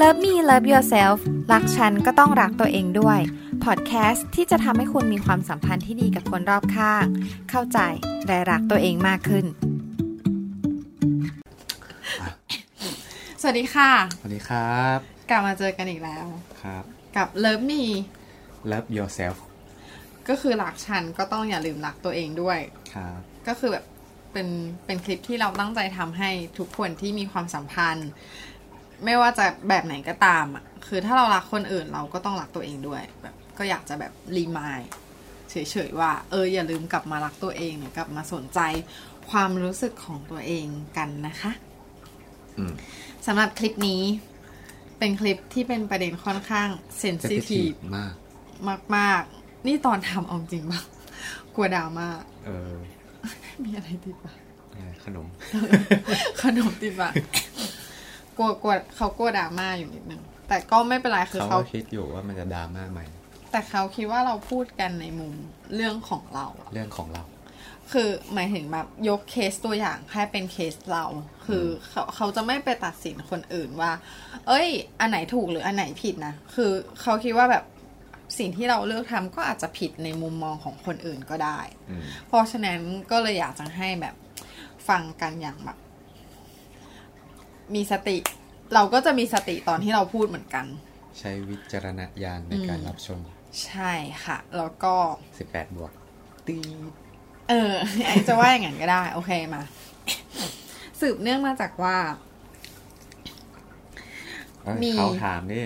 Love Me Love Yourself รักฉันก็ต้องรักตัวเองด้วยพอดแคสต์ที่จะทำให้คุณมีความสัมพันธ์ที่ดีกับคนรอบข้าง เข้าใจและรักตัวเองมากขึ้น สวัสดีค่ะ สวัสดีครับ กลับมาเจอกันอีกแล้ว ครับ กับเลิฟมี Love yourself ก็คือหลักฉันก็ต้องอย่าลืมรักตัวเองด้วย ครับ ก็คือแบบเป็นเป็นคลิปที่เราตั้งใจทำให้ทุกคนที่มีความสัมพันธ์ ไม่ว่าจะแบบไหนก็ตามอ่ะคือถ้าเรารักคนอื่นเราก็ต้องรักตัวเองด้วย แบบก็อยากจะแบบรีมายเฉยๆว่า เอออย่าลืมกลับมารักตัวเองหรือกลับมาสนใจความรู้สึกของตัวเองกันนะคะ อืม สำหรับคลิปนี้เป็นคลิปที่เป็นประเด็นค่อนข้างเซนซิทีฟ Sensitive มาก มากๆ นี่ตอนทำเอาจริงปะกลัวดราม่า เออ มีอะไรติดปะ อะไรขนม ขนมติดปากกลัวกลัวเขากลัวดราม่าอยู่นิดนึง แต่ก็ไม่เป็นไรคือ เขา เขา ก็คิดอยู่ว่ามันจะดราม่าใหม่ แต่เขาคิดว่าเราพูดกันในมุมเรื่องของเราอะ เรื่องของเรา คือหมายถึงแบบยกเคสตัวอย่างให้เป็นเคสเรา คืออเขาเขาจะไม่ไปตัดสินคนอื่นว่า เอ้ย อันไหนถูกหรืออันไหนผิดนะ คือเขาคิดว่าแบบสิ่งที่เราเลือกทำก็อาจจะผิดในมุมมองของคนอื่นก็ได้ อืม เพราะฉะนั้นก็เลยอยากจะให้แบบฟังกันอย่างแบบ มีสติ เราก็จะมีสติตอนที่เราพูดเหมือนกัน ใช้วิจารณญาณในการรับชม ใช่ค่ะ แล้วก็ 18 บวก ตีดเออ ไอจะว่าอย่างนั้นก็ได้ โอเคมา สืบเนื่องมาจากว่า เอ้ย มี เขาถามนี่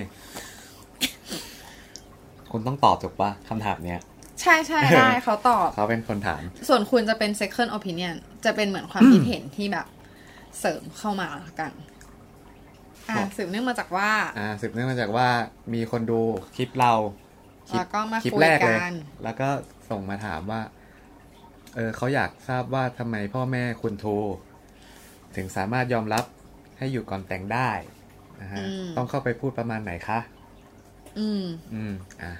คุณต้องตอบถูกปะคำถามเนี้ย ใช่ใช่ได้ เขาตอบ เขาเป็นคนถาม ส่วนคุณจะเป็น second opinion จะเป็นเหมือนความคิดเห็นที่แบบ เสริมเข้ามาละกัน อ่า ครับ สืบเนื่องมาจากว่า อ่าสืบเนื่องมาจากว่ามีคนดูคลิปเราคลิป แล้วก็มา คลิป คุย แรกเลย กัน แล้วก็ส่งมาถามว่า เออเขาอยากทราบว่าทำไมพ่อแม่คุณโทรถึงสามารถยอมรับให้อยู่ก่อนแต่งได้นะฮะ อืม ต้องเข้าไปพูดประมาณไหนคะ อืม อืมอ่ะ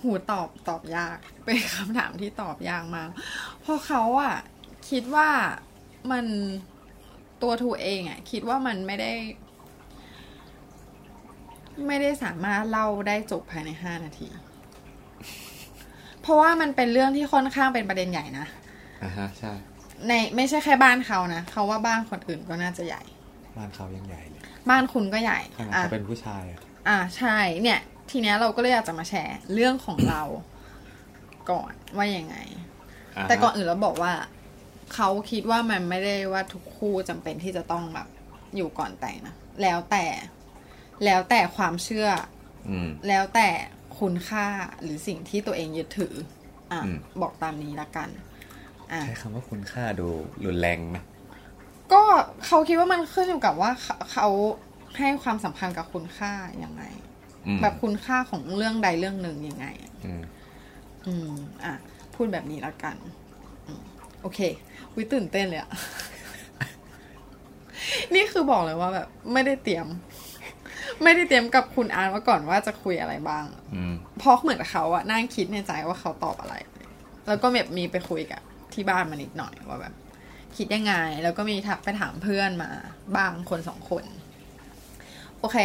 หูตอบตอบยาก เป็นคำถามที่ตอบยากมากเพราะเขาอะคิดว่ามันตัวทูเองอะคิดว่ามันไม่ได้ ไม่ได้สามารถเล่าได้จบภายในห้านาที เพราะว่ามันเป็นเรื่องที่ค่อนข้างเป็นประเด็นใหญ่นะ อ่ะฮะใช่ ในไม่ใช่แค่บ้านเขานะเขาว่าบ้านคนอื่นก็น่าจะใหญ่ บ้านเขายังใหญ่เลย บ้านคุณก็ใหญ่ ขนาด อ่ะ เขาเป็นผู้ชายอะ อ่าใช่เนี่ย ทีเนี้ยเราก็เลยอยากจะมาแชร์เรื่องของเรา ก่อนว่ายังไง ะฮะ แต่ก่อนอื่นเราบอกว่า เขาคิดว่ามันไม่ได้ว่าทุกคู่จำเป็นที่จะต้องแบบอยู่ก่อนแต่งนะแล้วแต่แล้วแต่ความเชื่อ อืม แล้วแต่คุณค่าหรือสิ่งที่ตัวเองยึดถือ อ่ะ อืม บอกตามนี้ละกัน อ่ะ ใช้คำว่าคุณค่าดูรุนแรงไหม ก็เขาคิดว่ามันขึ้นอยู่กับว่าเขาเขาให้ความสำคัญกับคุณค่ายังไง อืม แบบคุณค่าของเรื่องใดเรื่องหนึ่งยังไง อืม อืม อ่ะ พูดแบบนี้ละกันอืมโอเควิตื่นเต้นเลยอะ นี่คือบอกเลยว่าแบบ ไม่ได้เตรียม ไม่ได้เตรียมกับคุณอาร์ตมาก่อนว่าจะคุยอะไรบ้าง อืม เพราะเหมือนเขาอะนั่งคิดในใจว่าเขาตอบอะไร แล้วก็แบบมีไปคุยกับที่บ้านมานิดหน่อยว่าแบบ คิดยังไง แล้วก็มีทักไปถามเพื่อนมา บ้างคนสองคน โอเค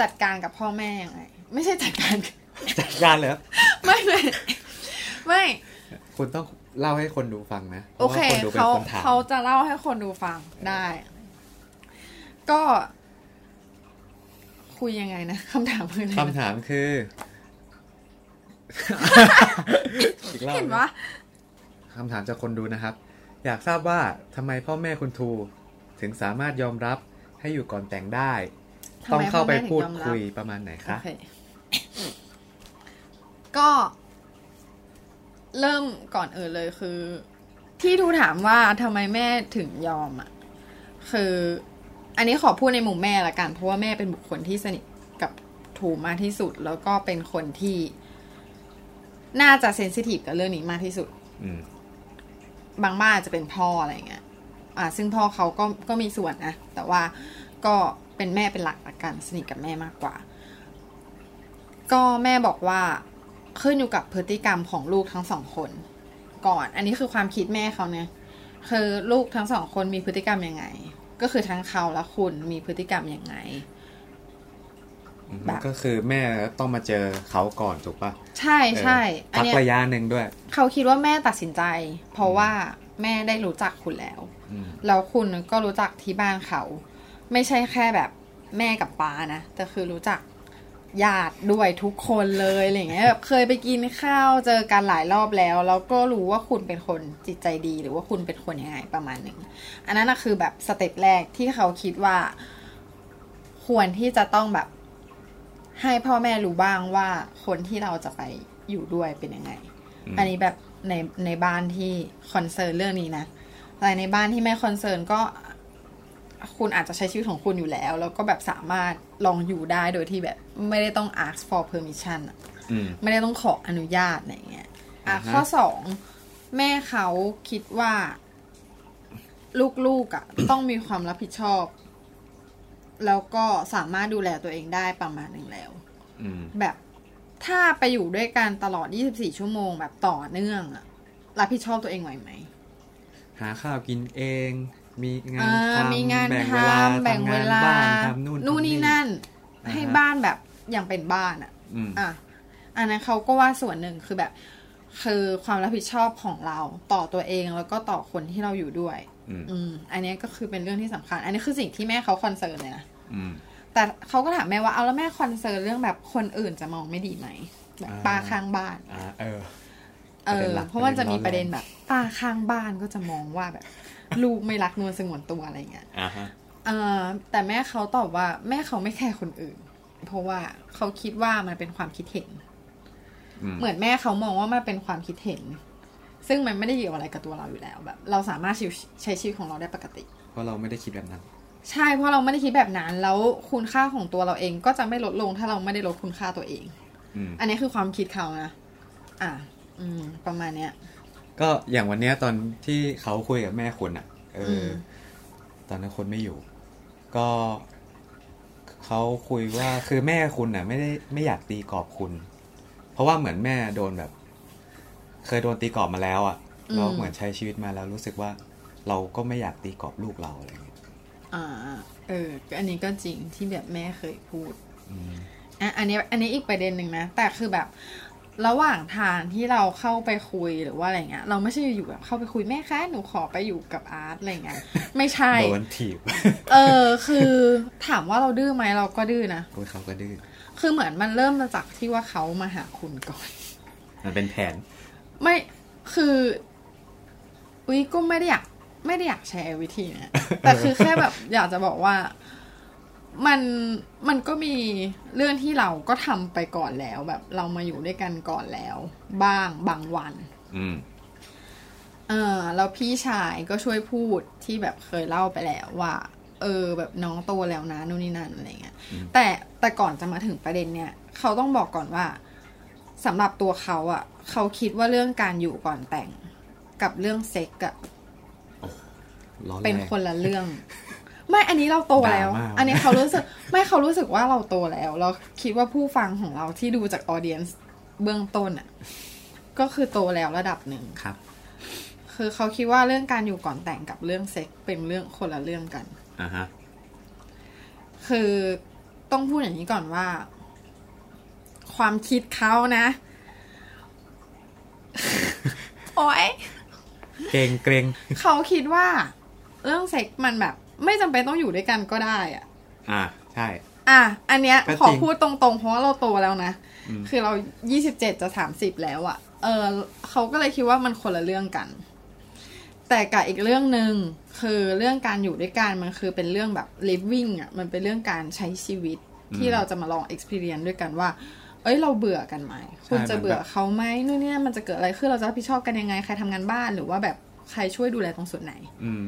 จัดการกับพ่อแม่ยังไง ไม่ใช่จัดการ จัดการเลยครับ ไม่ไม่ไม่ คุณต้องเล่าให้คนดูฟังนะพ โอ ระว่ เค นดูป็น เขา คนถม เขาจะเล่าให้คนดูฟังได้ ก็ คุยยังไงนะคำถามคืออะไรนะ คำถามคือ อีกรอบ เห็นปะ คำถามจากคนดูนะครับ อยากทราบว่าทำไมพ่อแม่คุณทูถึงสามารถยอมรับให้อยู่ก่อนแต่งได้ ทำ ต้อง ม เข้าไป พ่อแม่ถึง พูด ยอมรับ คุยประมาณไหน โอ คะ เค ก็ เริ่มก่อนอื่นเลยคือ ที่ทูถามว่าทำไมแม่ถึงยอมอ่ะ คือ อันนี้ขอพูดในมุมแม่ละกัน เพราะว่าแม่เป็นบุคคลที่สนิทกับทูมากที่สุด แล้วก็เป็นคนที่ น่าจะเซนซิทีฟกับเรื่องนี้มากที่สุด อืม บางบ้านอาจจะเป็นพ่ออะไรเงี้ย อ่า ซึ่งพ่อเขาก็ก็มีส่วนนะ แต่ว่าก็เป็นแม่เป็นหลักละกันสนิทกับแม่มากกว่า ก็แม่บอกว่าขึ้นอยู่กับพฤติกรรมของลูกทั้งสองคน ก่อน อันนี้คือความคิดแม่เขาเนี่ยคือลูกทั้งสองคนมีพฤติกรรมยังไง ก็คือทั้งเขาและคุณมีพฤติกรรมยังไง แบบ ก็คือแม่ต้องมาเจอเขาก่อนถูกปะ ใช่ใช่ เอออ อัพันก เนี้ย ระยะหนึ่งด้วย เขาคิดว่าแม่ตัดสินใจ เพราะว่าแม่ได้รู้จักคุณแล้ว อืม แล้วคุณก็รู้จักที่บ้านเขา ไม่ใช่แค่แบบแม่กับป้านะ แต่คือรู้จักญาติด้วยทุกคนเลยอะไรอย่างเงี้ยแบบเคยไปกินข้าวเจอกันหลายรอบแล้ว แล้วก็รู้ว่าคุณเป็นคนจิตใจดี หรือว่าคุณเป็นคนยังไงประมาณหนึ่งอันนั้นนะคือแบบสเต็ปแรกที่เขาคิดว่า ควรที่จะต้องแบบ ให้พ่อแม่รู้บ้างว่าคนที่เราจะไปอยู่ด้วยเป็นยังไง ม อันนี้แบบในในบ้านที่คอนเซิร์นเรื่องนี้นะแต่ในบ้านที่ไม่คอนเซิร์นก็คุณอาจจะใช้ชีวิตของคุณอยู่แล้ว แล้วก็แบบสามารถลองอยู่ได้โดยที่แบบไม่ได้ต้อง ask for permission อะ อืม ไม่ได้ต้องขออนุญาตอะไรอย่างเงี้ย อ่ะ อ่าฮะ ข้อสองแม่เขาคิดว่า ลูกๆอะ ต้องมีความรับผิดชอบ แล้วก็สามารถดูแลตัวเองได้ประมาณหนึ่งแล้ว อืม แบบถ้าไปอยู่ด้วยกันตลอด 24 ชั่วโมงแบบต่อเนื่องอะรับผิดชอบตัวเองไหวไหม หาข้าวกินเอง มีงาน อ่า ทำ มีงาน แบ่ง ท เวลา ำแบ่งเวลา ทำงนบ้านทำนู่น นนี่นั่น อ่าฮะ ให้บ้านแบบอย่างเป็นบ้านอะ อืม อ่ะอันนั้นเขาก็ว่าส่วนหนึ่งคือแบบ คือความรับผิดชอบของเราต่อตัวเองแล้วก็ต่อคนที่เราอยู่ด้วย อืม อืม อันเนี้ยก็คือเป็นเรื่องที่สำคัญ อันนี้คือสิ่งที่แม่เขาคอนเซิร์นเลยนะ อืม แต่เขาก็ถามแม่ว่าเอาแล้วแม่คอนเซิร์นเรื่องแบบคนอื่นจะมองไม่ดีไหมแบบป้า อ่า ข้างบ้าน อ่าเออ เอ ประเด็น อ หลัก เพราะว่า ป จะ ระเด็น มี ร้อนแรง ประเด็นแบบป้าข้างบ้านก็จะมองว่าแบบ ลูกไม่รักนวลสงวนตัวอะไรเงี้ย อ่าฮะ เออแต่แม่เขาตอบว่าแม่เขาไม่แคร์คนอื่น เพราะว่าเขาคิดว่ามันเป็นความคิดเห็น อืม เหมือนแม่เขามองว่ามันเป็นความคิดเห็น ซึ่งมันไม่ได้เกี่ยวอะไรกับตัวเราอยู่แล้วแบบ เราสามารถชีวิตใช้ชีวิตของเราได้ปกติ เพราะเราไม่ได้คิดแบบนั้น ใช่เพราะเราไม่ได้คิดแบบนั้นแล้วคุณค่าของตัวเราเองก็จะไม่ลดลงถ้าเราไม่ได้ลดคุณค่าตัวเอง อืม อันนี้คือความคิดเขานะอ่ะอืม ประมาณเนี้ย ก็อย่างวันเนี้ยตอนที่เขาคุยกับแม่คุณอ่ะ เอออ ม ตอนนั้นคนไม่อยู่ ก็เขาคุยว่าคือแม่คุณอ่ะ ไม่ได้ไม่อยากตีกรอบคุณ เพราะว่าเหมือนแม่โดนแบบ เคยโดนตีกรอบมาแล้วอ่ะเราเหมือนใช้ชีวิตมาแล้วรู้สึกว่า เราก็ไม่อยากตีกรอบลูกเราอะไรอย่างเงี้ย อ่าเอออันนี้ก็จริงที่แบบแม่เคยพูด อืม อ่ะอันนี้อันนี้อีกประเด็นหนึ่งนะ แต่คือแบบระหว่างทางที่เราเข้าไปคุยหรือว่าอะไรเงี้ย เราไม่ใช่อยู่ๆแบบเข้าไปคุยแม่คะหนูขอไปอยู่กับอาร์ตอะไรเงี้ยไม่ใช่ โดนถีบ เออ คือถามว่าเราดื้อไหมเราก็ดื้อนะ โอ้ยเขาก็ดื้อ คือเหมือนมันเริ่มมาจากที่ว่าเขามาหาคุณก่อน มันเป็นแผน ไม่คืออุ้ยก็ไม่ได้อยาก ไม่ได้อยากแชร์วิธีนะแต่คือแค่แบบ อยากจะบอกว่ามันมันก็มีเรื่องที่เราก็ทำไปก่อนแล้วแบบเรามาอยู่ด้วยกันก่อนแล้ว บ้างบางวัน อืม เออแล้วพี่ชายก็ช่วยพูดที่แบบเคยเล่าไปแล้วว่า เออ แบบน้องโตแล้วนะนู่นนี่นั่นอะไรเงี้ย อืม แต่แต่ก่อนจะมาถึงประเด็นเนี่ย เขาต้องบอกก่อนว่าสำหรับตัวเขาอะ่ะ เขาคิดว่าเรื่องการอยู่ก่อนแต่ง กับเรื่องเซ็กอะ ร้อนแรง เป็นคนละเรื่อง ไม่อันนี้เราโตแล้ว ดราม่า อันนี้เขารู้สึก ไม่เขารู้สึกว่าเราโตแล้วเราคิดว่าผู้ฟังของเราที่ดูจากออเดียนเบื้องต้นอะ่ะ ก็คือโตแล้วระดับหนึ่ง ครับ คือเขาคิดว่าเรื่องการอยู่ก่อนแต่งกับเรื่องเซ็กเป็นเรื่องคนละเรื่องกัน อ่าฮะ คือต้องพูดอย่างนี้ก่อนว่า ความคิดเขานะ โอ้ย เกรงเกรง เขาคิดว่า เรื่องเซ็กมันแบบ ไม่จำเป็นต้องอยู่ด้วยกันก็ได้อะ อ่า ใช่ อ่ะ อันเนี้ย ก็จริง ขอพูดตรงๆ เพราะว่าเราโตแล้วนะ อืม คือเรา 27 จะ 30 แล้วอะเออเขาก็เลยคิดว่ามันคนละเรื่องกัน แต่กับอีกเรื่องหนึ่งคือเรื่องการอยู่ด้วยกันมันคือเป็นเรื่องแบบ living อะมันเป็นเรื่องการใช้ชีวิตที่เราจะมาลอง experience ด้วยกันว่า เอ้ยเราเบื่อกันไหมคุณจะเบื่อเขาไหมนู่นนี่นั่นมันจะเกิดอะไรขึ้นเราจะรับผิดชอบกันยังไงใครทำงานบ้านหรือว่าแบบใครช่วยดูแลตรงส่วนไหน อืม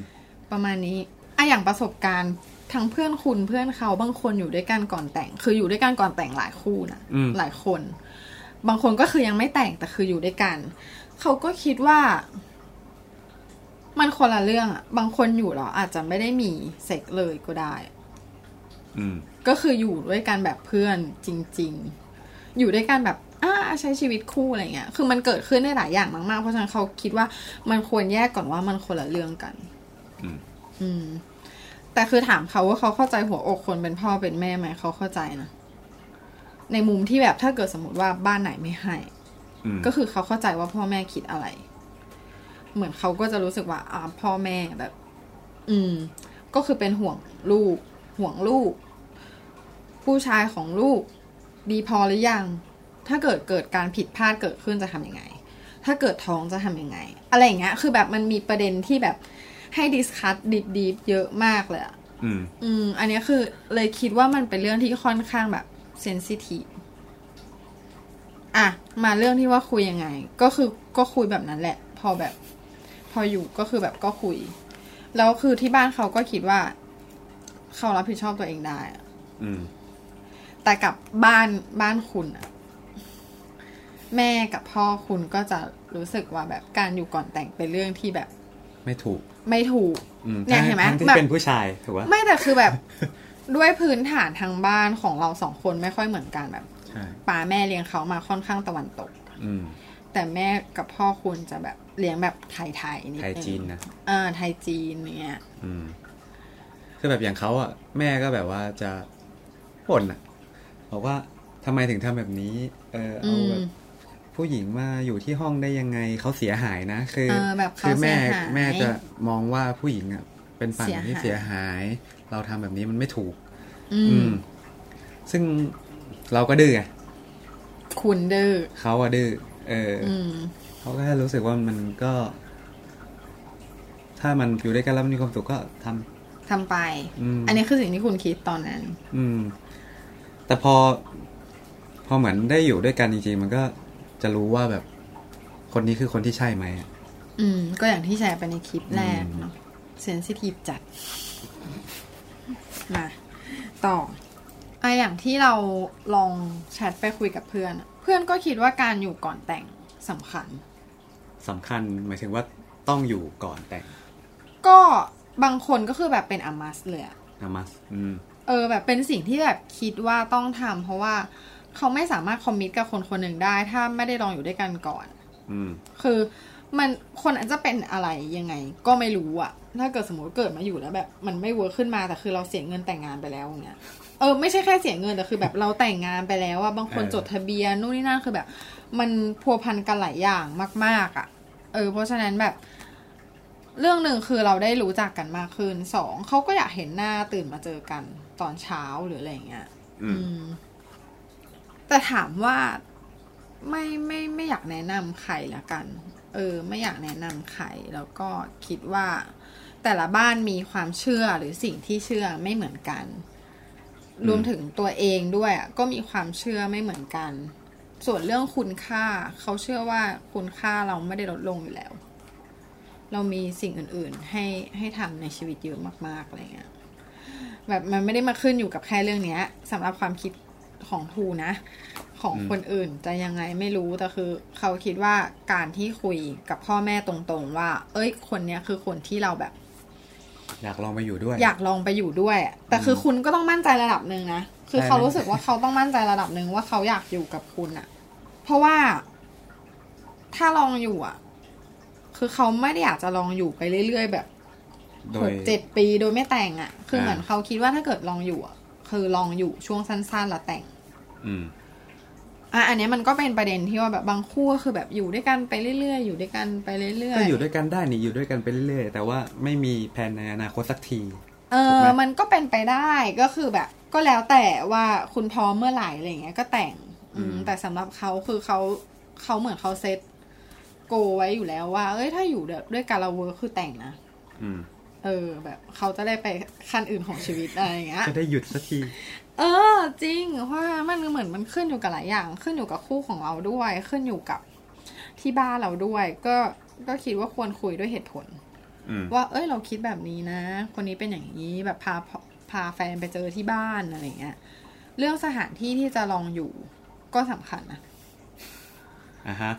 ประมาณนี้อะอย่างประสบการณ์ทั้งเพื่อนคุณเพื่อนเขาบางคนอยู่ด้วยกันก่อนแต่ง คืออยู่ด้วยกันก่อนแต่งหลายคู่นะ อืม หลายคน บางคนก็คือยังไม่แต่งแต่คืออยู่ด้วยกัน เขาก็คิดว่า มันคนละเรื่องอะบางคนอยู่แล้วอาจจะไม่ได้มีเซ็กเลยก็ได้ อืม ก็คืออยู่ด้วยกันแบบเพื่อนจริง ๆ อยู่ด้วยกันแบบอ่าใช้ชีวิตคู่อะไรเงี้ย คือมันเกิดขึ้นได้หลายอย่างมากๆ เพราะฉะนั้นเขาคิดว่ามันควรแยกก่อนว่ามันคนละเรื่องกัน อืม อืม แต่คือถามเขาว่าเขาเข้าใจหัวอกคนเป็นพ่อเป็นแม่ไหมเขาเข้าใจนะในมุมที่แบบถ้าเกิดสมมติว่าบ้านไหนไม่ให้ อืม ก็คือเขาเข้าใจว่าพ่อแม่คิดอะไร เหมือนเขาก็จะรู้สึกว่าอ่าพ่อแม่แบบ อืม ก็คือเป็นห่วงลูก ห่วงลูก ผู้ชายของลูก ดีพอหรือยัง ถ้าเกิดเกิดการผิดพลาดเกิดขึ้นจะทำยังไง ถ้าเกิดท้องจะทำยังไง อะไรอย่างเงี้ย คือแบบมันมีประเด็นที่แบบให้ดิสคัตดีๆเยอะมากเลยอะ อืม อืม อันเนี้ยคือเลยคิดว่ามันเป็นเรื่องที่ค่อนข้างแบบเซนซิทีฟอ่ะ มาเรื่องที่ว่าคุยยังไง ก็คือก็คุยแบบนั้นแหละ พอแบบ พออยู่ก็คือแบบก็คุย แล้วคือที่บ้านเขาก็คิดว่า เขารับผิดชอบตัวเองได้อะ อืม แต่กับบ้านบ้านคุณอะแม่กับพ่อคุณก็จะรู้สึกว่าแบบการอยู่ก่อนแต่งเป็นเรื่องที่แบบ ไม่ถูก ไม่ถูก อืม เนี่ยเห็นไหม ทั้งที่ แบบ เป็นผู้ชายถูกปะ ไม่แต่คือแบบ ด้วยพื้นฐานทางบ้านของเราสองคนไม่ค่อยเหมือนกันแบบ ใช่ ป่าแม่เลี้ยงเขามาค่อนข้างตะวันตก อืม แต่แม่กับพ่อคุณจะแบบเลี้ยงแบบไทยๆนิด ไท นึ ย ง จีนนะ เอ่าไทยจีนเนี่ย อืม คือแบบอย่างเขาอ่ะ แม่ก็แบบว่าจะบ่นอ่ะ บอกว่าทำไมถึงทำแบบนี้ เออ อื เอา ม แบบผู้หญิงมาอยู่ที่ห้องได้ยังไงเขาเสียหายนะ คือ เออแบบเขา คือแม่ เสียหาย แม่จะมองว่าผู้หญิงอ่ะ เป็นฝั่งที่ เสี เสี ย ย หา หาย ย เราทำแบบนี้มันไม่ถูก อื อื ม ม ซึ่งเราก็ดื้อไง คุณเด้อ เขาอะดื้อเอออ อืม เขาก็แค่รู้สึกว่ามันก็ ถ้ามันอยู่ด้วยกันแล้วมันมีความสุขก็ทำ ทำไป อืม อันนี้คือสิ่งที่คุณคิดตอนนั้น อืม แต่พอ พอเหมือนได้อยู่ด้วยกันจริงๆ มันก็จะรู้ว่าแบบ คนนี้คือคนที่ใช่ไหมอะ อืม ก็อย่างที่แชร์ไปในคลิปแรก อืม เนาะเซนซิทีฟจัด มา ต่ออะอย่างที่เราลองแชทไปคุยกับเพื่อนอะเพื่อนก็คิดว่าการอยู่ก่อนแต่งสำคัญ สำคัญหมายถึงว่าต้องอยู่ก่อนแต่ง ก็บางคนก็คือแบบเป็นอามัสเลยอะ นะมัสอืม เออ แบบเป็นสิ่งที่แบบคิดว่าต้องทำเพราะว่าเขาไม่สามารถคอมมิตกับคนคนหนึ่งได้ ถ้าไม่ได้ลองอยู่ด้วยกันก่อน อืม คือมันคนอาจจะเป็นอะไรยังไง ก็ไม่รู้อะถ้าเกิดสมมติเกิดมาอยู่แล้วแบบ มันไม่เวิร์คขึ้นมาแต่คือเราเสียเงินแต่งงานไปแล้วอย่างเงี้ยเออไม่ใช่แค่เสียเงินแต่คือแบบเราแต่งงานไปแล้วอะบางคน เออ จดทะเบียนนู่นนี่นั่นคือแบบ มันพัวพันกันหลายอย่างมาก ๆอะเออ เพราะฉะนั้นแบบ เรื่องหนึ่งคือเราได้รู้จักกันมากขึ้นสองเขาก็อยากเห็นหน้าตื่นมาเจอกันตอนเช้าหรืออะไรอย่างเงี้ย อืม อืมแต่ถามว่าไม่ไม่ไม่อยากแนะนำใครละกัน เออ ไม่อยากแนะนำใครแล้วก็คิดว่า แต่ละบ้านมีความเชื่อหรือสิ่งที่เชื่อไม่เหมือนกัน อืม รวมถึงตัวเองด้วยอะก็มีความเชื่อไม่เหมือนกัน ส่วนเรื่องคุณค่า เขาเชื่อว่าคุณค่าเราไม่ได้ลดลงอยู่แล้ว เรามีสิ่งอื่นๆ ให้ให้ทำในชีวิตเยอะมากๆอะไรเงี้ย แบบมันไม่ได้มาขึ้นอยู่กับแค่เรื่องเนี้ยสำหรับความคิดของทูนะ ของ อืม คนอื่นจะยังไงไม่รู้แต่คือ เขาคิดว่าการที่คุยกับพ่อแม่ตรงๆ ว่า เอ้ย คนเนี้ยคือคนที่เราแบบ อยากลองมาอยู่ด้วย อยากลองไปอยู่ด้วยอะแต่คืออ ม คุณก็ต้องมั่นใจระดับหนึ่งนะ คือ ใช่ เขา ไหม รู้สึกว่าเขาต้องมั่นใจระดับหนึ่งว่าเขาอยากอยู่กับคุณอะเพราะว่าถ้าลองอยู่อะคือเขาไม่ได้อยากจะลองอยู่ไปเรื่อยๆ แบบ โด ห ย กเจ็ดปีโดยไม่แต่งอะ่ะ คือ อ่า เหมือนเขาคิดว่าถ้าเกิดลองอยู่อะคือลองอยู่ช่วงสั้นๆแล้วแต่ง อืม อ่ะอันเนี้ยมันก็เป็นประเด็นที่ว่าแบบบางคู่ก็คือแบบอยู่ด้วยกันไปเรื่อยๆ อยู่ด้วยกันไปเรื่อย ก็ ๆ อยู่ด้วยกันได้นี่อยู่ด้วยกันไปเรื่อยๆแต่ว่าไม่มีแผนในอนาคตสักที เอ ถูก อ ไหม มันก็เป็นไปได้ก็คือแบบ ก็แล้วแต่ว่าคุณพร้อมเมื่อไหร่อะไรอย่างเงี้ยก็แต่ง อืม แต่สำหรับเขาคือเขาเขาเหมือนเขาเซตโกไว้อยู่แล้วว่า เอ้ยถ้าอยู่ด้วยกันเราเวิร์คคือแต่งนะ อืม เออ แบบเขาจะได้ไปขั้นอื่นของชีวิตอะไรอย่างเงี้ย จะได้หยุดสักที เออจริงเพราะว่ามันเหมือนมันขึ้นอยู่กับหลายอย่าง ขึ้นอยู่กับคู่ของเราด้วย ขึ้นอยู่กับที่บ้านเราด้วย ก็ก็คิดว่าควรคุยด้วยเหตุผล อืม ว่า เอ้ยเราคิดแบบนี้นะ คนนี้เป็นอย่างนี้แบบพาพาแฟนไปเจอที่บ้านอะไรอย่างเงี้ยเรื่องสถานที่ที่จะลองอยู่ก็สำคัญนะ อ่ะฮะ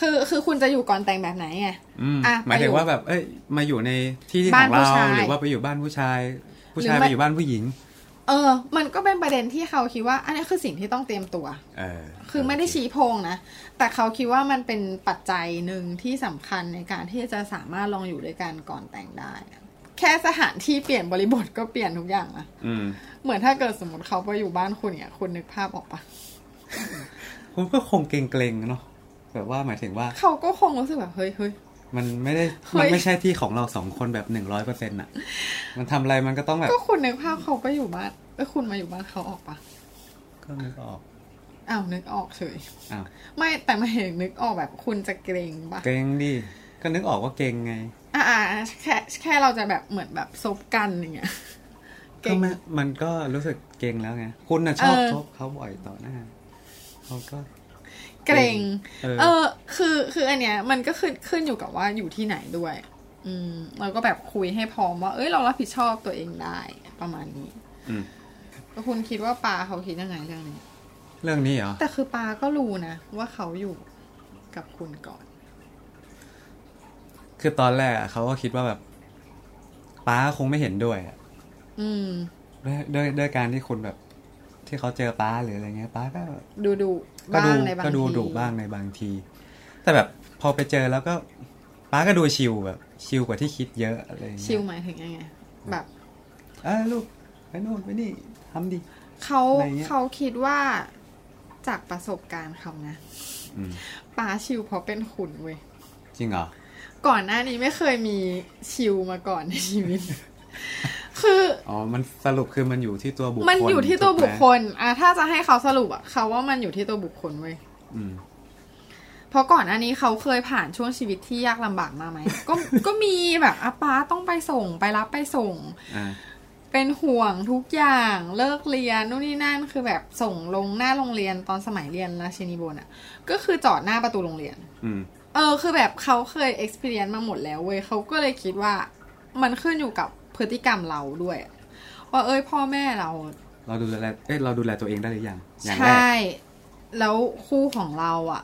คือคือคุณจะอยู่ก่อนแต่งแบบไหนไง อืม อ่ะ หมายถึงว่าแบบ เอ้ย มาอยู่ในที่ที่ข บ้าน อง ผู้ เรา ชาย หรือว่าไปอยู่บ้านผู้ชาย ผู้ชาย หรือไม่ ไปอยู่บ้านผู้หญิง เออ มันก็เป็นประเด็นที่เขาคิดว่า อันนี้คือสิ่งที่ต้องเตรียมตัว เออ คือไม่ได้ชี้โพงนะ แต่เขาคิดว่ามันเป็นปัจจัยหนึ่งที่สำคัญในการที่จะสามารถลองอยู่ด้วยกันก่อนแต่งได้อะแ แค่สถานที่เปลี่ยนบริบทก็เปลี่ยนทุกอย่างนะ อืม เหมือนถ้าเกิดสมมติเขาไปอยู่บ้านคุณเนี่ยคุณนึกภาพออกปะ ผมก็คงเกรงๆเนาะแบบว่าหมายถึงว่า เขาก็คงรู้สึกแบบเฮ้ยเฮ้ย มันไม่ได้ เฮ้ย มันไม่ใช่ที่ของเราสองคนแบบหนึ่งร้อยเปอร์เซ็นต์อ่ะ มันทำอะไรมันก็ต้องแบบ ก็คุณนึกภาพเขาไปอยู่บ้านเอ้ยคุณมาอยู่บ้านเขาออกปะ ก็นึกออก อ้าวนึกออกเฉย อ้าว ไม่แต่มาเห็นนึกออกแบบคุณจะเกรงปะ เกรงดิก็นึกออกว่าเกรงไง อ่าแค่แค่เราจะแบบเหมือนแบบซบกันอย่างเงี้ย เก่ ก็ ง ไม่มันก็รู้สึกเก่งแล้วไง คุณน่ะชอบ เออ ชอบเขาบ่อยต่อหน้าเขาก็ เกรง เออ เออ คือคืออันเนี้ยมันก็ขึ้นขึ้นอยู่กับว่าอยู่ที่ไหนด้วย อืมเราก็แบบคุยให้พร้อมว่า เอ้ยเรารับผิดชอบตัวเองได้ประมาณนี้ อืม แล้วคุณคิดว่าปาเขาคิดยังไงเรื่องนี้ เรื่องนี้เหรอ แต่คือปาก็รู้นะว่าเขาอยู่กับคุณก่อน คือตอนแรกอะเขาก็คิดว่าแบบป้าคงไม่เห็นด้วยอะ อืม ด้วยด้วยด้วยการที่คุณแบบ ที่เขาเจอป้าหรืออะไรเงี้ยป้าก็ ดูดู ก็ บ้า ดู งในบาง ก็ ที ดูดุบ้างในบางที แต่แบบพอไปเจอแล้วก็ป้าก็ดูชิลแบบ ชิลกว่าที่คิดเยอะอะไรเงี้ย ชิลหมายถึงยังไงแบบ เอ้ยลูกไปนู่นไปนี่ทำดิ เขา อะไรเงี้ย เขาคิดว่าจากประสบการณ์เขานะ อืม ป้าชิวเพราะเป็นขุนเว้ย จริงเหรอ ก่อนหน้านี้ไม่เคยมีชิวมาก่อนในชีวิต คือ อ๋อมันสรุปคือมันอยู่ที่ตัวบุคคล มันอยู่ที่ตัวบุคค ถูกไหม ลอะถ้าจะให้เขาสรุปอะเขาว่ามันอยู่ที่ตัวบุคคลเว้ย อืม เพราะก่อนอันานี้เขาเคยผ่านช่วงชีวิตที่ยากลำบากมาไหม ก็ก็มีแบบอาป้าต้องไปส่งไปรับไปส่ง อ่า เป็นห่วงทุกอย่างเลิกเรียนนู่นนี่นั่นคือแบบส่งลงหน้าโรงเรียนตอนสมัยเรียนราชินีบนอะก็คือจอดหน้าประตูโรงเรียน อืม เออคือแบบเขาเคย experience มาหมดแล้วเว้ยเขาก็เลยคิดว่า มันขึ้นอยู่กับพฤติกรรมเราด้วยอะว่าเอ้ยพ่อแม่เรา เราดูแล เอ้ยเราดูแลตัวเองได้หรือยัง อย่าง ใช แรก่ แล้วคู่ของเราอะ่ะ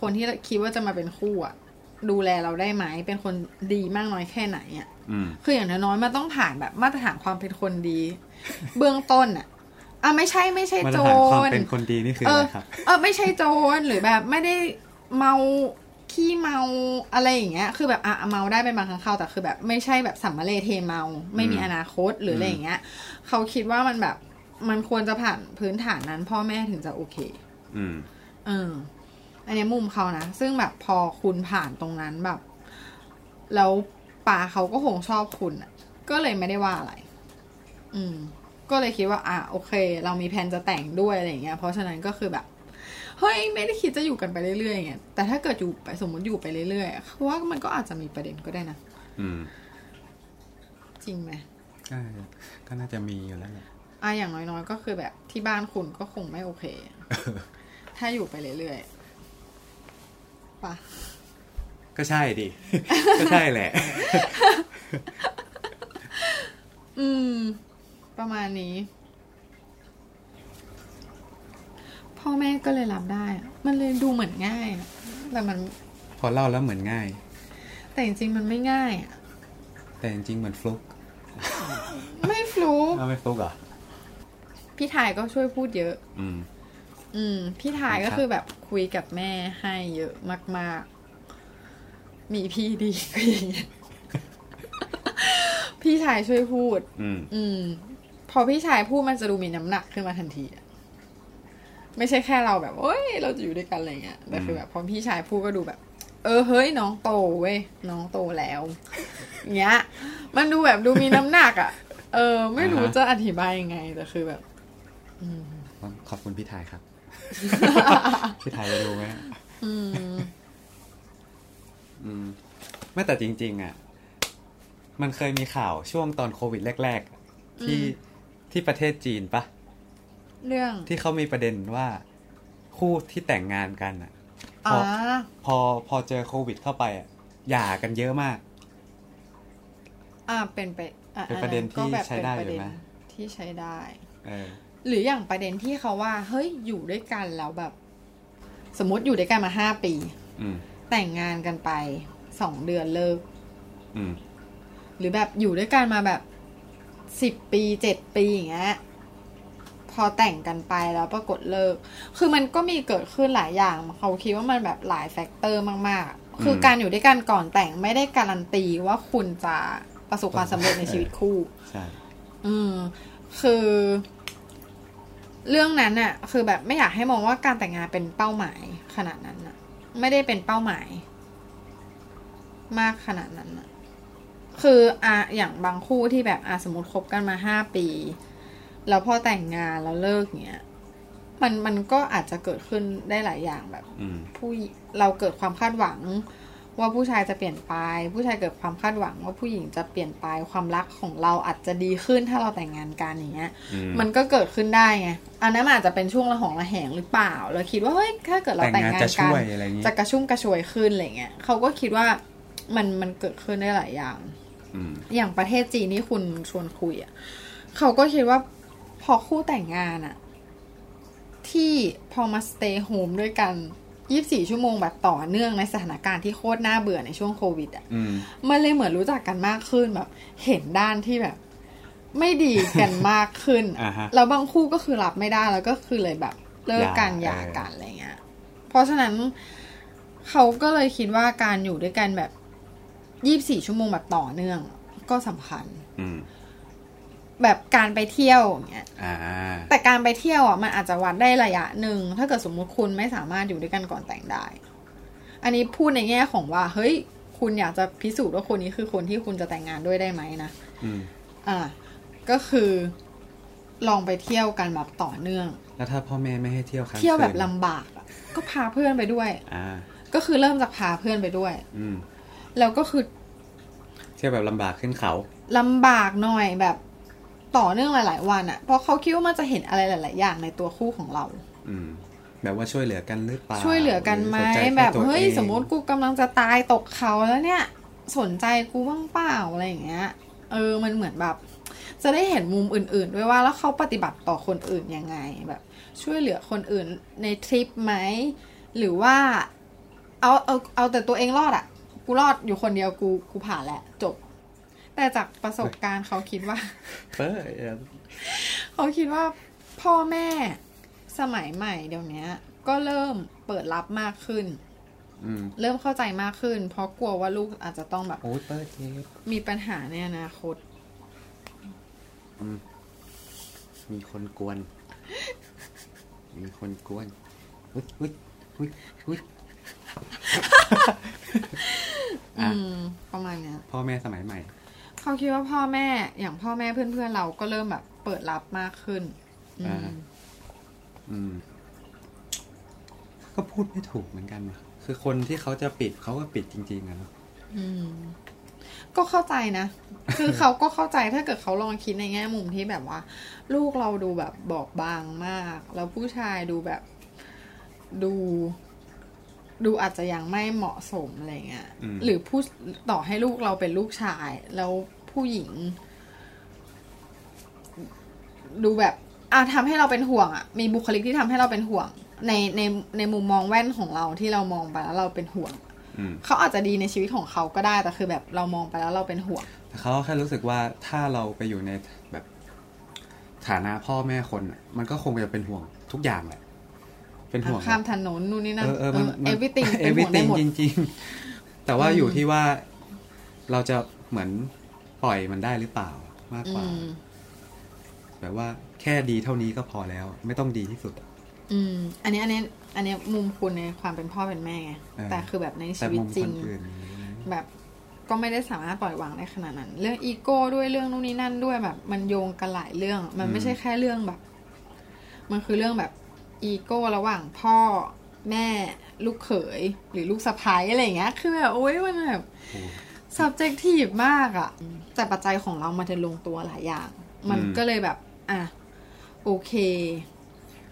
คนที่คิดว่าจะมาเป็นคู่อะ่ะ ดูแลเราได้ไหมเป็นคนดีมากน้อยแค่ไหนอะ่ะ อืม คืออย่างน้อยๆมันต้องผ่านแบบมาตรฐานความเป็นคนดี เบื้องต้นอะ่ะอ่ะไม่ใช่ไม่ใช่ มาต โจ รฐานความ ร เป็นคนดีนี่คือ เอ อะ อ ไรครับ เออไม่ใช่โจรหรือแบบไม่ได้เมาขี้เมาอะไรอย่างเงี้ย คือแบบอ่ะเมาได้เป็นบางครั้งคราวแต่คือแบบไม่ใช่แบบสัมมาเลเทเมา ไม่มี อืม อนาคตหรืออะไรอย่างเงี้ยเขาคิดว่ามันแบบมันควรจะผ่านพื้นฐานนั้น พ่อแม่ถึงจะโอเค อืม เอออันเนี้ยมุมเขานะ ซึ่งแบบพอคุณผ่านตรงนั้นแบบ แล้วป่าเขาก็คงชอบคุณอะก็เลยไม่ได้ว่าอะไร อืม ก็เลยคิดว่า อ่ะโอเค เรามีแผนจะแต่งด้วยอะไรอย่างเงี้ย เพราะฉะนั้นก็คือแบบ เฮ้ย ไม่ได้คิดจะอยู่กันไปเรื่อยๆอย่างเงี้ย แต่ถ้าเกิดอยู่ไปสมมติอยู่ไปเรื่อยๆเขาว่ามันก็อาจจะมีประเด็นก็ได้นะ อืม จริงไหม ก็ก็น่าจะมีอยู่แล้วแหละ อ่ะอย่างน้อยๆ ก็คือแบบที่บ้านคุณก็คงไม่โอเค ถ้าอยู่ไปเรื่อยๆปะ ก็ใช่ดิ ก็ใช่แหละ อืม ประมาณนี้ พ่อแม่ก็เลยรับได้อะมันเลยดูเหมือนง่ายอะแต่มัน พอเล่าแล้วเหมือนง่าย แต่จริงๆ มันไม่ง่ายอะ แต่จริงๆเหมือนฟลุก ไม่ฟลุก เอาไม่ฟลุกเหรอ พี่ทายก็ช่วยพูดเยอะ อืม อืม พี่ทาย ครับ ก็คือแบบคุยกับแม่ให้เยอะมาก ๆ มีพี่ดีก็ อย่างเงี้ยพี่ชายช่วยพูด อืม อืม พอพี่ชายพูดมันจะดูมีน้ำหนักขึ้นมาทันทีอะไม่ใช่แค่เราแบบโอ้ยเราจะอยู่ด้วยกันอะไรเงี้ยแต่คือแบบพอพี่ชายพูดก็ดูแบบ เออเฮ้ยน้องโตเว้ยน้องโตแล้ว เงี้ย มันดูแบบดูมีน้ำหนักอะเออ ไม่รู้ อ่าฮะ จะอธิบายยังไงแต่คือแบบ อืม ขอบคุณพี่ทาย ครับ พี่ทายจะดูไหม อืม อืม ไม่แต่จริง ๆ อ่ะ มันเคยมีข่าวช่วงตอนโควิดแรก ๆ ที่ อืม ที่ประเทศจีนปะ เรื่อง ที่เขามีประเด็นว่าคู่ที่แต่งงานกันอ่ะ พ อ๋ อ อ พอพอเจอโควิดเข้าไปอ่ะหย่ากันเยอะมาก อ่าเป็นไปอ่ะ เป็นประเด็นที่ อัก็แบบ ใช้ได้อยู่ เป็นประเน นะ ที่ใช้ได้ เออ หรืออย่างประเด็นที่เขาว่า เฮ้ยอยู่ด้วยกันแล้วแบบ สมมติอยู่ด้วยกันมาห้าปี อืม แต่งงานกันไปสองเดือนเลิก อืม หรือแบบอยู่ด้วยกันมาแบบสิบปีเจ็ดปีอย่างเงี้ยพอแต่งกันไปแล้วปรากฏเลิก คือมันก็มีเกิดขึ้นหลายอย่างเขาคิดว่ามันแบบหลายแฟกเตอร์มากๆ คืออ ม การอยู่ด้วยกันก่อนแต่งไม่ได้การันตีว่าคุณจะ ประสบความสำเร็จในชีวิตคู่ ใช่ อืมคือ เรื่องนั้นน่ะ คือแบบไม่อยากให้มองว่าการแต่งงานเป็นเป้าหมายขนาดนั้นน่ะ ไม่ได้เป็นเป้าหมาย มากขนาดนั้นน่ะ คืออ่ะอย่างบางคู่ที่แบบอ่ะสมมติคบกันมาห้าปี แล้วพอแต่งงานแล้วเลิกเนี้ยมันมันก็อาจจะเกิดขึ้นได้หลายอย่างแบบ อืม ผู้หญิงเราเกิดความคาดหวัง ว่าผู้ชายจะเปลี่ยนไป ผู้ชายเกิดความคาดหวัง ว่าผู้หญิงจะเปลี่ยนไปความรักของเราอาจจะดีขึ้นถ้าเราแต่งงานกันอย่างเงี้ย อื มันก็เกิดขึ้นได้ไงอันนั้นมันอาจจะเป็นช่วงระหองระแหงหรือเปล่าเราคิดว่าเฮ้ยถ้าเกิดเรา แต่ง แต่ง งาน งาน จะ กั ช่วย น อะไรอย่างงี้ จะกระชุ่มกระชวยขึ้นอะไรเงี้ยเขาก็คิดว่ามันมันเกิดขึ้นได้หลายอย่าง อืม อย่างประเทศจีนที่คุณชวนคุยอ่ะเขาก็คิดว่าพอคู่แต่งงานอ่ะ ที่พอมาสเตย์โฮมด้วยกัน 24 ชั่วโมงแบบต่อเนื่องในสถานการณ์ที่โคตรน่าเบื่อในช่วงโควิดอ่ะ อืม มันเลยเหมือนรู้จักกันมากขึ้นแบบ เห็นด้านที่แบบ ไม่ดีกันมากขึ้น อ่าฮะ แล้วบางคู่ก็คือรับไม่ได้แล้วก็คือเลยแบบเลิกกันห หย่า ย่ากันอะไรเงี้ยเพราะฉะนั้นเขาก็เลยคิดว่าการอยู่ด้วยกันแบบ 24 ชั่วโมงแบบต่อเนื่อง ก็สำคัญ อืม แบบการไปเที่ยวอย่างเงี้ย อ่า แต่การไปเที่ยวอ่ะมันอาจจะวัดได้ระยะหนึ่ง ถ้าเกิดสมมุติคุณไม่สามารถอยู่ด้วยกันก่อนแต่งได้ อันนี้พูดในแง่ของว่า เฮ้ย คุณอยากจะพิสูจน์ว่าคนนี้คือคนที่คุณจะแต่งงานด้วยได้ไหมนะ อืม อ่า ก็คือลองไปเที่ยวกันแบบต่อเนื่อง แล้วถ้าพ่อแม่ไม่ให้เที่ยวครั้ง เที่ยวแบบ คืน ลำบากอะก็พาเพื่อนไปด้วย อ่า ก็คือเริ่มจากพาเพื่อนไปด้วย อืม แล้วก็คือ เที่ยวแบบลำบากขึ้นเขา ลำบากหน่อยแบบต่อเนื่องหลาย ๆ วันอะเพราะเขาคิดว่ามันจะเห็นอะไรหลาย ๆ อย่างในตัวคู่ของเรา อืม แบบว่าช่วยเหลือกันหรือเปล่า ช่วยเหลือกันไหม รือสใจค่ แบบ ตัว เฮ้ย อง สมมติกูกำลังจะตายตกเขาแล้วเนี่ย สนใจกูบ้างเปล่าอะไรอย่างเงี้ย เออมันเหมือนแบบ จะได้เห็นมุมอื่น ๆ ด้วยว่าแล้วเขาปฏิบัติต่อคนอื่นยังไงแบบ ช่วยเหลือคนอื่นในทริปไหมหรือว่า เอาเอาเอาแต่ตัวเองรอดอะกูรอดอยู่คนเดียวกูกูผ่านแหละจบ แต่จากประสบการณ์เขาคิดว่า เออเออ เขาคิดว่าพ่อแม่สมัยใหม่เดี๋ยวเนี้ย ก็เริ่มเปิดรับมากขึ้น อืม เริ่มเข้าใจมากขึ้น เพราะกลัวว่าลูกอาจจะต้องแบบ โอ้ยเปิดเทป มีปัญหาในอนาคต มีคนกวน มีคนกวนอุ๊ยอุ๊ยอุ๊ยอุ๊ย อืม ประมาณเนี้ย พ่อแม่สมัยใหม่ เขาคิดว่าพ่อแม่อย่างพ่อแม่เพื่อนๆเราก็เริ่มแบบเปิดรับมากขึ้น อื อ่า ม อืม ก็พูดไม่ถูกเหมือนกันว่ะคือคนที่เขาจะปิดเขาก็ปิดจริงๆนะเนาะ อืม ก็เข้าใจนะ คือเขาก็เข้าใจถ้าเกิดเขาลองคิดในแง่มุมที่แบบว่า ลูกเราดูแบบบอบบางมาก แล้วผู้ชายดูแบบดู ดูอาจจะยังไม่เหมาะสมอะไรเงี้ยหรือผู้ต่อให้ลูกเราเป็นลูกชาย แล้วผู้หญิง ดูแบบอ่ะทำให้เราเป็นห่วงอ่ะมีบุคลิกที่ทำให้เราเป็นห่วง ในในในมุมมองแว่นของเราที่เรามองไปแล้วเราเป็นห่วง อืม เขาอาจจะดีในชีวิตของเขาก็ได้แต่คือแบบเรามองไปแล้วเราเป็นห่วง แต่เขาแค่รู้สึกว่าถ้าเราไปอยู่ในแบบฐานะพ่อแม่คนน่ะมันก็คงจะเป็นห่วงทุกอย่างแหละ เป็นห่วง ข้ามถนนนู่นนี่นั่น เออเออมันมัน เอวิติงเป็นห่วงได้ everything หมด จริง ๆ แต่ว่าอยู่ที่ว่าเราจะเหมือนปล่อยมันได้หรือเปล่ามากก อื ว่า ม แบบว่าแค่ดีเท่านี้ก็พอแล้ว ไม่ต้องดีที่สุด อืม อันนี้อันนี้อันนี้มุมคุณในความเป็นพ่อเป็นแม่ไง เออ แต่คือแบบใน แต่ ชีวิต มุม จริ ค ง นอื่น แบบก็ไม่ได้สามารถปล่อยวางได้ขนาดนั้น เรื่องอีโก้ด้วยเรื่องนู่นนี่นั่นด้วยแบบ มันโยงกันหลายเรื่อง มัน อืม ไม่ใช่แค่เรื่องแบบ มันคือเรื่องแบบอีโก้ระหว่างพ่อแม่ลูกเขยหรือลูกสะใภ้อะไรอย่างเงี้ย คือแบบโอ๊ยมันแบบ โอ้ subjective มากอะแต่ปัจจัยของเรามันจะลงตัวหลายอย่าง มัน อืม ก็เลยแบบ อ่ะ โอเค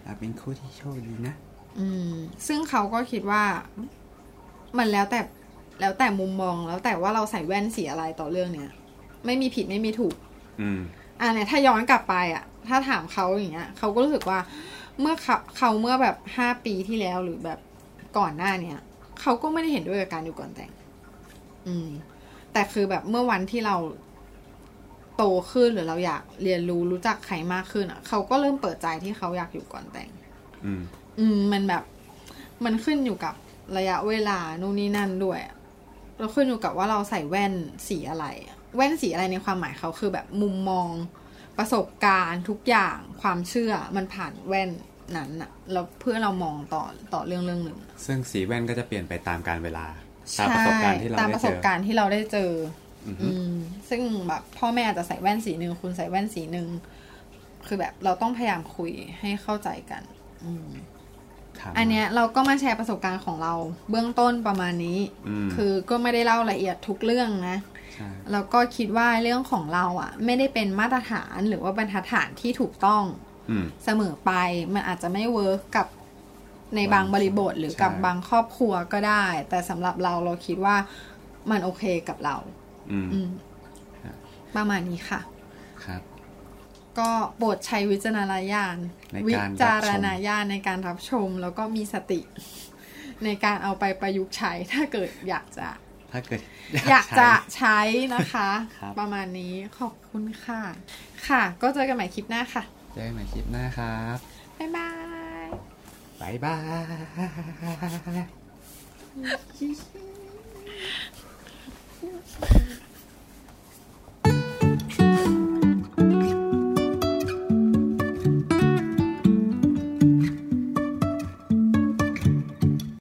อ่ะเป็นคู่ที่โชคดีนะ อืม ซึ่งเขาก็คิดว่า มันแล้วแต่แล้วแต่มุมมองแล้วแต่ว่าเราใส่แว่นสีอะไรต่อเรื่องเนี้ย ไม่มีผิดไม่มีถูก อืม อ่ะเนี่ยถ้าย้อนกลับไปอ่ะ ถ้าถามเขาอย่างเงี้ยเขาก็รู้สึกว่า เมื่อเขาเขาเมื่อแบบห้าปีที่แล้วหรือแบบก่อนหน้าเนี้ยเขาก็ไม่ได้เห็นด้วยกับการอยู่ก่อนแต่ง อืม แต่คือแบบเมื่อวันที่เราโตขึ้นหรือเราอยากเรียนรู้รู้จักใครมากขึ้นอ่ะเขาก็เริ่มเปิดใจที่เขาอยากอยู่ก่อนแต่ง อืม อืมมันแบบมันขึ้นอยู่กับระยะเวลานู่นนี่นั่นด้วยอะแล้วขึ้นอยู่กับว่าเราใส่แว่นสีอะไรอะ แว่นสีอะไรในความหมายเขาคือแบบมุมมองประสบการณ์ทุกอย่างความเชื่อมันผ่านแว่นนั้นอะแล้วเพื่อเรามองต่อต่อเรื่องเรื่องหนึ่งอะ ซึ่งสีแว่นก็จะเปลี่ยนไปตามการเวลา ตามประสบการณ์ที่เรา ตาม ได้ ประ เจ สบ อ การณ์ที่เราได้เจอ อือฮึ อืมซึ่งแบบพ่อแม่อาจจะใส่แว่นสีหนึ่งคุณใส่แว่นสีหนึ่งคือแบบเราต้องพยายามคุยให้เข้าใจกัน อืม ถาม อันเนี้ยเราก็มาแชร์ประสบการณ์ของเรา เบื้องต้นประมาณนี้ ม คือก็ไม่ได้เล่าละเอียดทุกเรื่องนะ ใช่ แล้วก็คิดว่าเรื่องของเราอ่ะ ไม่ได้เป็นมาตรฐานหรือว่าบรรทัดฐานที่ถูกต้อง อืม เสมอไป มันอาจจะไม่เวิร์กกับในบางบริบทหรือกับ ใช่ บางครอบครัวก็ได้ แต่สำหรับเราเราคิดว่ามันโอเคกับเรา อืม อืม ครับ ประมาณนี้ค่ะ ครับ ก็โปรดใช้วิจารณญาณ ใน วิ การรับชม จารณญาณในการรับชม แล้วก็มีสติ ในการเอาไปประยุกต์ใช้ถ้าเกิดอยากจะ ถ้าเกิด อยาก ใช้ จะใช้นะคะ ครับ ประมาณนี้ขอบคุณค่ะ ค่ะ ก็เจอกันใหม่คลิปหน้าค่ะ เจอกันใหม่คลิปหน้าครับ บ๊ายบาย บ๊ายบาย ชิชิ